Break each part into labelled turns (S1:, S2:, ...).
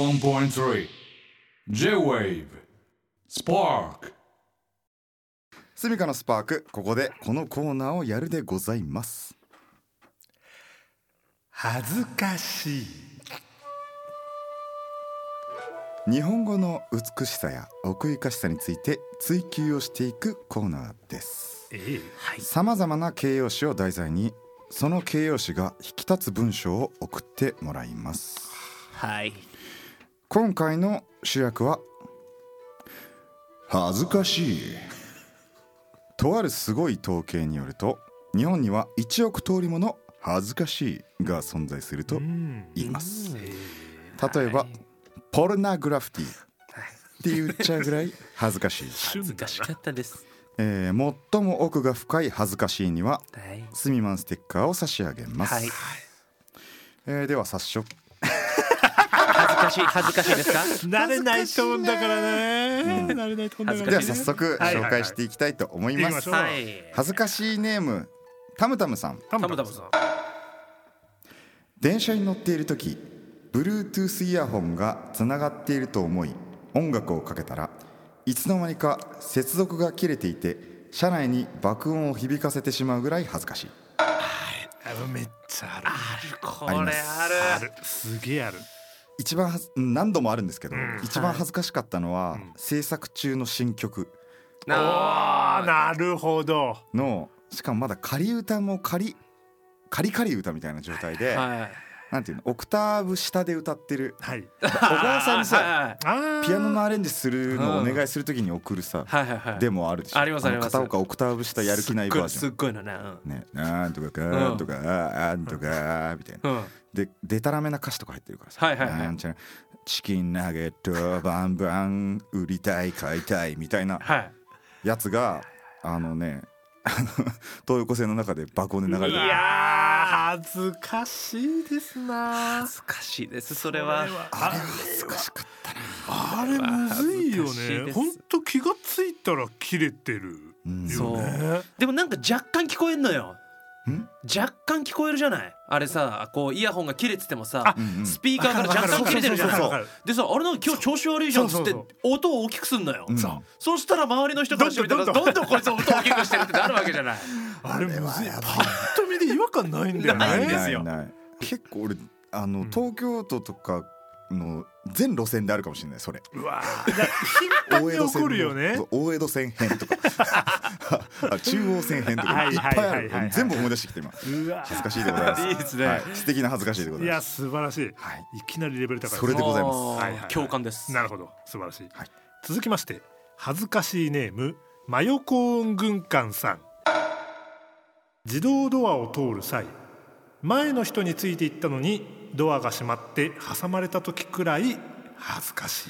S1: 81.3 J-Wave Spark
S2: スミカのスパークここでこのコーナーをやるでございます
S3: 恥ずかしい
S2: 日本語の美しさや奥ゆかしさについて追求をしていくコーナーです
S3: え
S2: さまざまな形容詞を題材にその形容詞が引き立つ文章を送ってもらいます
S4: はい
S2: 今回の主役は恥ずかしいとあるすごい統計によると日本には1億通りもの恥ずかしいが存在すると言います例えば、ポルナグラフィティって言っちゃうぐらい恥ずかしい、
S4: 恥ずかしかったです
S2: えー最も奥が深い恥ずかしいには
S4: はい
S2: スミマンステッカーを差し上げます、
S4: はい
S2: えーでは早速
S4: 恥ずかしい恥ずかしいですか
S3: 慣れないトーンだからね、慣れないトーンだ
S4: 恥ず
S3: か
S2: で
S3: ら
S2: は
S4: かしい
S2: 早速
S3: はいはい
S2: 紹
S3: はい
S2: 介していきたいと思い
S3: 行
S2: ま
S3: きますしょう
S4: はい
S2: 恥ずかしいネームタムタムさん
S3: タ
S4: タムタムさん
S2: 電車に乗っている時 Bluetooth イヤホンがつながっていると思い音楽をかけたらいつの間にか接続が切れていて車内に爆音を響かせてしまうぐらい恥ずかしい
S3: あめっちゃある
S4: こ
S2: ありま
S4: れ
S2: す
S4: ある
S3: あるすげえある
S2: 一番はずうん何度もあるんですけど、一番
S4: はい
S2: 恥ずかしかったのは、制作中の新曲
S3: あ
S4: な
S3: なるほど
S2: のしかもまだ仮歌も仮仮仮歌みたいな状態で、
S4: はい
S2: なんていうのオクターブ下で歌って る
S3: はい
S2: 小川さんにさ
S4: はい
S3: あー
S2: ピアノのアレンジするのをお願いするときに送るさ、
S4: はいはいはい
S2: でもあるでしょ
S4: あります
S2: の
S4: あります
S2: 片岡オクターブ下やる気ないバージ
S4: す
S2: ョ
S4: っごいすっごいのね
S2: ンねなんとかかなんとかなんとかみたい
S4: うん、
S2: な
S4: うん、
S2: ででたらめな歌詞とか入ってるからさ
S4: はいはいはい
S2: なんちゃらチキンナゲットバンバン売りたい買いたいみたいな
S4: はい
S2: やつがあのねあの東横線の中で爆音で流れ
S3: い
S2: てる
S3: やー恥ずかしいですな
S4: 恥ずかしいですそれは
S3: あれ恥ずかしかったなあれむずいよ
S4: 恥ずかしいです
S3: ねほんと気がついたら切れてる
S2: うん
S4: そう
S3: ね
S4: でもなんか若干聞こえんのよ
S2: ん
S4: 若干聞こえるじゃないあれさこうイヤホンが切れててもさ
S2: うんうん
S4: スピーカーから若干切れてるじゃ
S3: わ
S4: な
S3: か
S4: い
S3: るわかるわかるわか
S4: でさあれなんか今日調子悪いじゃんっつって
S3: そうそう
S4: 音を大きくすんのよ
S2: うん
S4: そうそうしたら周りの人からしてみたら
S3: ど
S4: ど
S3: んどん
S4: んどんこいつ音を大きくしてるってなるわけじゃ ない
S3: あれむずいパッと見で違和感ないんだよ
S4: ない
S3: ね
S4: んですよ
S2: ないない結構俺あ
S3: う
S2: の
S3: ん
S2: 東京都とかの全路線であるかもしれないそれ
S3: うわーだ頻繁に起こるよね
S2: そう大江戸線編 とかあ中央線編とか
S3: はい
S2: いっ
S3: はい
S2: ぱい
S3: は
S2: あ
S3: いはい
S2: る俺全部思い出してきて今
S3: うわ
S2: 恥ずかしいでござい ます
S4: いいですね
S2: はい、素敵な恥ずかしいでござ
S3: い
S2: いま
S3: や
S2: す
S3: 素晴らしい
S2: はい
S3: いきなりレベル高いです
S2: それでございます
S4: もう
S3: はいはいはい
S4: 共感です
S3: なるほど素晴らしい、
S2: はい
S3: 続きまして恥ずかしいネームマヨコーン軍艦さん自動ドアを通る際前の人についていったのにドアが閉まって挟まれた時くらい恥ずかしい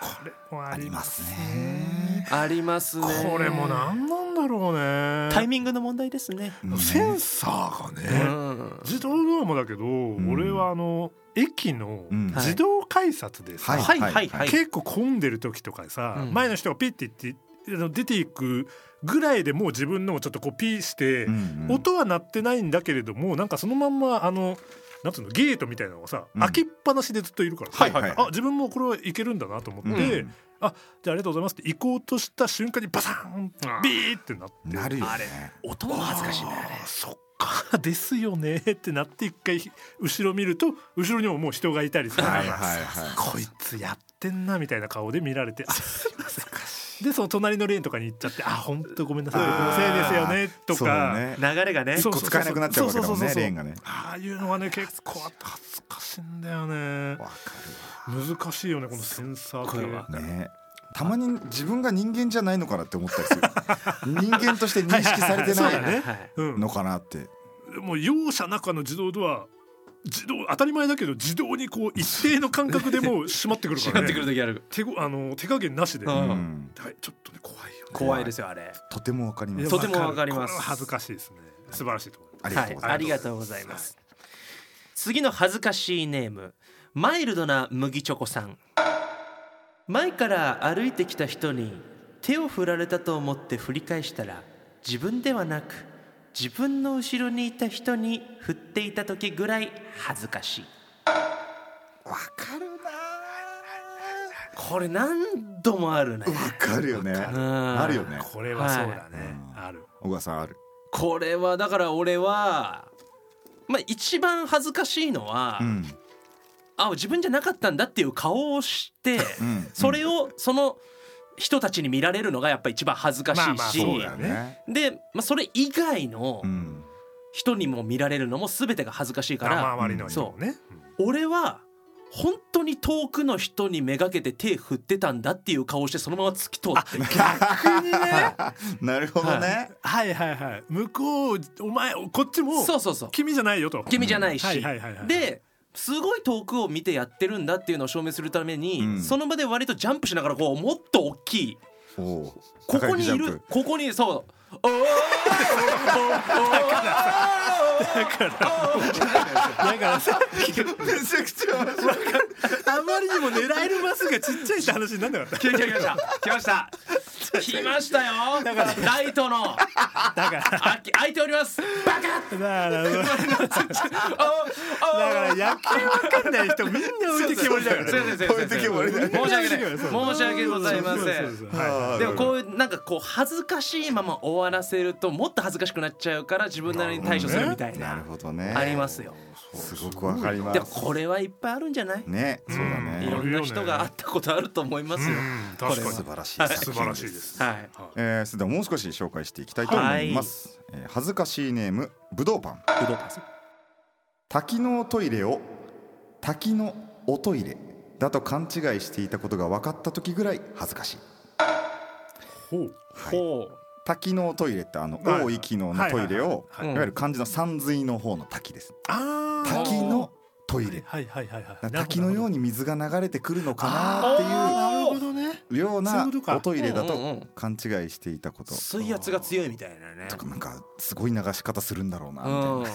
S3: これもありますね
S4: ありますね
S3: これも何なんだろうね
S4: タイミングの問題ですね
S3: センサーがね、
S4: うん
S3: 自動ドアもだけど、俺はあの駅の
S2: うん
S3: 自動改札で
S2: は
S3: さ、
S2: い
S4: はいはいはい
S3: 結構混んでる時とかさ、
S4: うん
S3: 前の人がピッて言ってあの出ていくぐらいでもう自分のもちょっとこうピーして、
S2: うんうん
S3: 音は鳴ってないんだけれどもなんかそのまんまあのなんつうのゲートみたいなのがさ、
S2: うん
S3: 開きっぱなしでずっといるからさ、
S2: はいはいはい
S3: あ自分もこれはいけるんだなと思って、
S2: うん
S3: あじゃあありがとうございますって行こうとした瞬間にバサンビーってなって
S2: なるよ
S4: あれ
S2: ね
S4: 音も恥ずかしいねあれ
S3: あーそっかですよねってなって一回後ろ見ると後ろにももう人がいたりさ、
S2: はいはいはい
S3: こいつやってんなみたいな顔で見られてあすいませんでその隣のレーンとかに行っちゃってあ本当ごめんなさい僕のせいですよねと
S2: そうだ
S3: か、
S2: ね
S4: 流れがね
S3: そう
S2: 一個使えなくなっちゃうわけだもん
S3: そうそう
S2: ね
S3: そうそう
S2: レーンがね
S3: ああいうのはね結構あって恥ずかしいんだよね
S2: わか
S3: 難しいよねこのセンサー
S4: これ
S3: 系
S4: は
S2: るねたまに自分が人間じゃないのかなって思ったりする人間として認識されて
S3: そう
S2: ない
S3: だね
S4: はい
S3: うん、
S2: のかなって
S3: もう容赦なくあの自動ドア自動当たり前だけど自動にこう一定の間隔でもう閉まってくるか
S4: 違
S3: ら
S4: っ
S3: ね
S4: てくる時ある
S3: 手ごあの手加減なしで、
S4: うん
S3: はい
S2: うん
S3: ちょっとね怖いよね
S4: 怖いですよあれ
S2: とてもわかります
S4: とてもわかります
S3: これは恥ずかしいですね素晴らしいと思います
S2: ありが
S4: は
S2: とうございます、
S4: いありがとうございます次の恥ずかしいネームマイルドな麦チョコさん前から歩いてきた人に手を振られたと思って振り返したら自分ではなく自分の後ろにいた人に振っていた時ぐらい恥ずかしい
S2: わかるな
S4: これ何度もあるね
S2: ーわかるよね
S4: うん
S2: あるよね
S3: これはそうだね、
S2: はい
S3: ある
S2: 小川さんある
S4: これはだから俺はまあ一番恥ずかしいのは、
S2: うん
S4: あ自分じゃなかったんだっていう顔 をして、
S2: うん
S4: それをその人たちに見られるのがやっぱ一番恥ずかし
S3: まあ
S4: い
S3: まあ
S4: し、
S3: そう
S2: だよね
S4: で、まあ、それ以外の
S2: うん
S4: 人にも見られるのも全てが恥ずかしいから、
S3: あ周りの人もね
S4: 俺は本当に遠くの人にめがけて手振ってたんだっていう顔をしてそのまま突き通ってる
S3: 逆にね
S2: なるほどね
S3: はいはいはい向こうお前こっち も
S4: そうそうそう
S3: 君じゃないよと
S4: 君じゃないし、
S3: はいはいはいはい
S4: ですごい遠くを見てやってるんだっていうのを証明するために、
S2: うん
S4: その場で割とジャンプしながらこうもっと大きい
S2: おおう
S4: こ
S2: 高
S4: こ
S2: 木
S4: に
S2: ジャ
S4: い
S2: ンプ
S4: るここにそうおー
S3: だからさ
S2: めちゃくちゃ面白い
S3: あまりにも狙えるマスがちっちゃいって話になんなかった
S4: 来ました来ました来ましたよライトの
S3: だから
S4: あき開いておりますバカッ
S3: だから だか
S4: おーおー
S3: ら野球わかんない人みんな置いてきぼりだから
S4: すいませんすいませ
S2: 置
S4: んすいません
S2: いてけぼ
S4: 申
S3: り
S4: し
S3: だ
S4: 訳ない申し訳ございま
S3: そう
S4: せ
S3: そ
S4: ん
S3: うそうそうはい
S2: あー
S4: でもこういうなんかこう恥ずかしいまま終わらせるともっと恥ずかしくなっちゃうから自分なりに対処するみたい
S2: な
S4: な
S2: るほどね
S4: ありますよ。
S2: すごくわかりま
S4: でも
S2: す
S4: これはいっぱいあるんじゃない？
S2: ねそうだ
S4: いろ
S2: ね
S4: んな人が会ったことあると思いますよ。
S3: うん
S4: これ
S3: 確か
S4: は
S3: に
S2: 素晴らしい
S4: はい
S2: 作
S3: 素
S2: 品
S3: 晴らしいです
S4: はい。
S2: えーそれではもう少し紹介していきたいと思います、えー恥ずかしいネームぶどうパン
S4: ブドウパンさん
S2: 滝のおトイレを滝のおトイレだと勘違いしていたことが分かった時ぐらい恥ずかしい
S3: ほう
S4: ほう。
S2: 滝のおトイレってあの
S3: はい
S2: 大井機能のトイレを
S3: は
S4: はいはい
S3: い
S4: はい
S2: いわゆる漢字の山水の方の滝です
S3: あー
S2: 滝のトイレ
S3: はいはいはいはい
S2: だから滝のように
S3: に
S2: 水が流れてくるのかなっ
S3: なるほ どね
S2: ていうよう
S3: そうい
S2: な
S3: うことか
S2: おトイレだ
S4: うんうん
S2: と
S4: うん
S2: 勘違いしていたこと
S4: 水圧が強いみたいなね。
S2: とかなんかすごい流し方するんだろうなみたいな
S4: うん。
S2: っ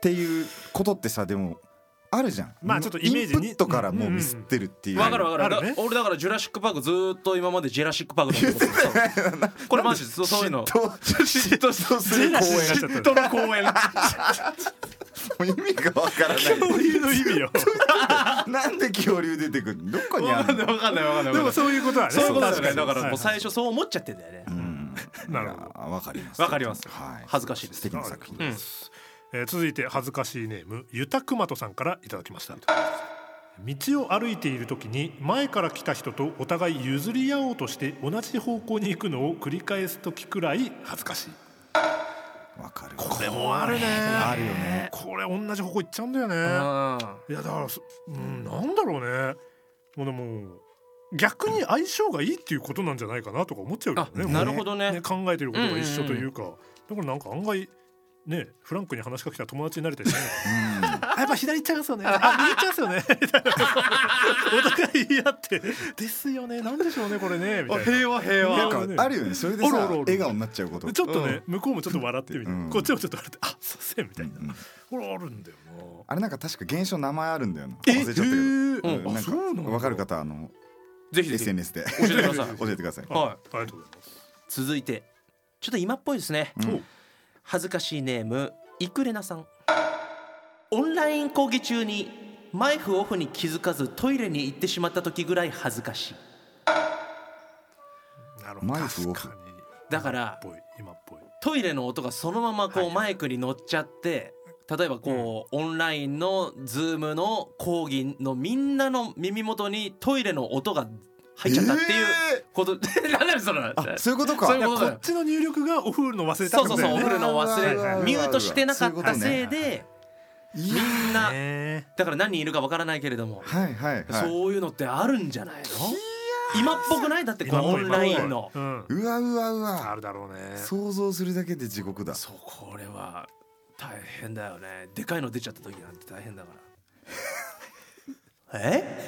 S2: ていうことってさでもあるじゃん
S3: まあちょっとイメージに
S2: インプットからもうミスってるっていう
S4: わかるわかる。
S3: あるね
S4: だ俺だからジュラシックパークずーっと今までジュラシックパークだと思ってたそう。これマジそうそういうの。
S2: 嫉妬嫉妬する公
S3: ジェラシー
S2: 園
S3: ちょっ
S4: 人の公園。
S2: もう意味がわからな
S3: そういうの意味よ
S2: いなんで恐竜出てくるのどこにあ
S4: わか
S2: る
S4: んな
S2: の
S4: いわかんないわかんない。
S3: でもそういうことだね
S4: そういうことだよね。
S3: そうそうそ
S4: だか
S3: う
S4: らもう
S3: はい
S4: 最初そう思っちゃってんだよね。
S2: うん
S3: なるほど
S2: いやわかります
S4: わかります
S2: はい
S4: 恥ずかしいです
S2: 素敵な作品
S4: うん。
S3: えー続いて恥ずかしいネームゆたくまとさんからいただきました道を歩いている時に前から来た人とお互い譲り合おうとして同じ方向に行くのを繰り返す時くらい恥ずかしい
S2: わかる
S3: これもあるね
S2: あるよね
S3: これ同じ方向行っちゃうんだよね
S4: うん。
S3: いやだからそうんなんだろうねもうでも逆に相性がいいっていうことなんじゃないかなとか思っちゃうよ
S4: あ
S3: ね
S4: なるほどね
S3: ね考えてることが一緒というか、だからなんか案外ねフランクに話しかけたら友達になれたりするのかなあやっぱ左行っちゃいますよねあ右行っちゃいますよね お互い言い合ってですよねなんでしょうねこれねみたいな。
S4: 和平
S3: 和
S2: なんかあるよねそれで
S3: おるお
S2: さ
S3: るおる
S2: 笑顔になっちゃうこと
S3: ちょっとね、向こうもちょっと笑ってみて、
S2: うん
S3: こっちもちょっと笑ってあすいませんみたいな、
S2: うん
S3: ほらあるんだよな
S2: あれなんか確か現象名前あるんだよな忘
S3: え
S2: れちゃったけど
S3: へー
S2: うんなん
S3: あそうなん
S2: か
S3: だ
S2: わかる方あの
S4: ぜひぜひ教
S2: SNS で
S4: えてください。
S2: 教えてください
S3: あ
S4: はい
S3: ありがとうございます
S4: 続いてちょっと今っぽいですね、
S2: うん
S4: 恥ずかしいネームイクレナさんオンライン講義中にマイフオフに気づかずトイレに行ってしまった時ぐらい恥ずかしい
S3: なるほど
S2: マイクオフ
S3: 確かに
S4: だから
S3: ぽい今っぽい
S4: トイレの音がそのままこ
S3: は
S4: う
S3: い
S4: マイクに乗っちゃって例えばこうオンラインのズームの講義のみんなの耳元にトイレの音が入っちゃったっていうこと、 何だよそれ
S2: あそういうこと
S4: そ
S2: か
S4: ういうことだよ
S3: こっちの入力がお風呂の忘れた
S4: そ
S3: っ
S4: う
S3: て
S4: そ
S3: こ
S4: うそう、お
S3: とだよね
S4: 風呂の忘
S2: はいはいはい
S4: れ、ミュートしてなかった
S2: そう
S4: せ
S2: い
S4: いう
S2: こと
S4: で、
S2: い
S4: み
S2: や
S4: んな、
S3: ね
S4: だから何人いるかわからないけれども、
S2: はいはいはい
S4: そういうのってあるんじゃないの今っぽくないだってこのオンラインの。
S3: うん
S2: うわうわう
S3: あ
S2: わ
S3: るだろうね
S2: 想像するだけで地獄だ
S4: そう、これは大変だよね。でかいの出ちゃった時なんて大変だから。え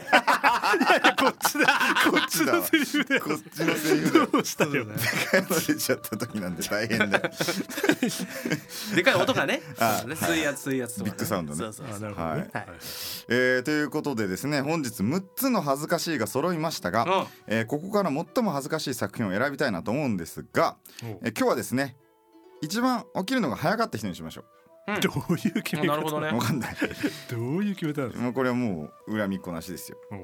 S3: こっちだこっちのセリフだよ
S2: こっちのセリフだよ
S3: どうしたよね
S2: 帰られちゃった時なんて大変だよ
S4: でかい音がね、
S2: あ
S4: そうね水圧水圧とか
S2: ビッグサウンドね
S4: そうそうそう
S3: あなるほどね
S4: はい
S2: えーということでですね本日6つの恥ずかしいが揃いましたが、
S4: うん
S2: えーここから最も恥ずかしい作品を選びたいなと思うんですが、
S3: おう
S2: えー今日はですね一番起きるのが早かった人にしましょう
S4: うん
S3: どういう決め
S4: な
S3: 方
S4: るほどね
S2: わかんない
S3: どういう決め方なんですか
S2: もうこれはもう恨みっこなしですよ
S3: お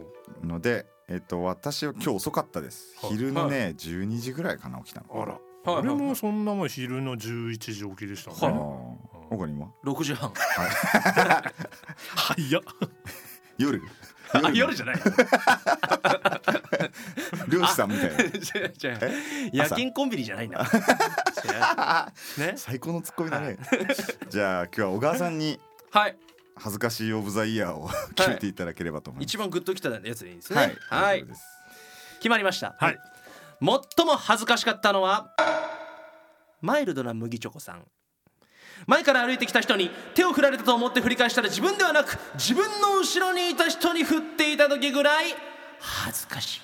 S3: う
S2: のでえっと私は今日遅かったです
S3: はい
S2: 昼のね12時ぐらいかな起きたの
S3: あら、
S4: はい
S3: 俺もそんなもん昼の11時起きでした
S2: あ
S4: は
S2: ー
S4: い
S3: ね、
S2: 他には
S4: 6時半
S3: はい、や
S2: 夜
S4: あ夜じゃない
S2: 漁師さんみたいな
S4: 違う違う夜勤コンビニじゃない んだ違うね
S2: 最高のツッコミだねじゃあ今日は小川さんに
S4: はい
S2: 恥ずかしいオブザイヤーを決めていただければと思いま
S4: 一
S2: す
S4: 番グッときたやつでいいです
S2: はい
S4: ねは
S2: 大丈
S4: い
S2: 夫です
S4: 決まりました
S3: はい
S4: 最も恥ずかしかったのはマイルドな麦チョコさん前から歩いてきた人に手を振られたと思って振り返したら自分ではなく自分の後ろにいた人に振っていた時ぐらい恥ずかしい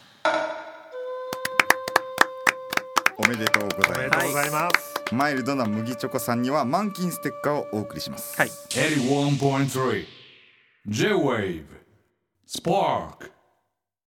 S2: おめでとうご
S3: お
S2: ざ
S3: め
S2: い
S3: で
S2: ま
S3: と
S2: す
S3: うございます、
S2: マイルドな麦チョコさんには満金ステッカーをお送りします
S4: はい
S1: 81.3 J-Wave Spark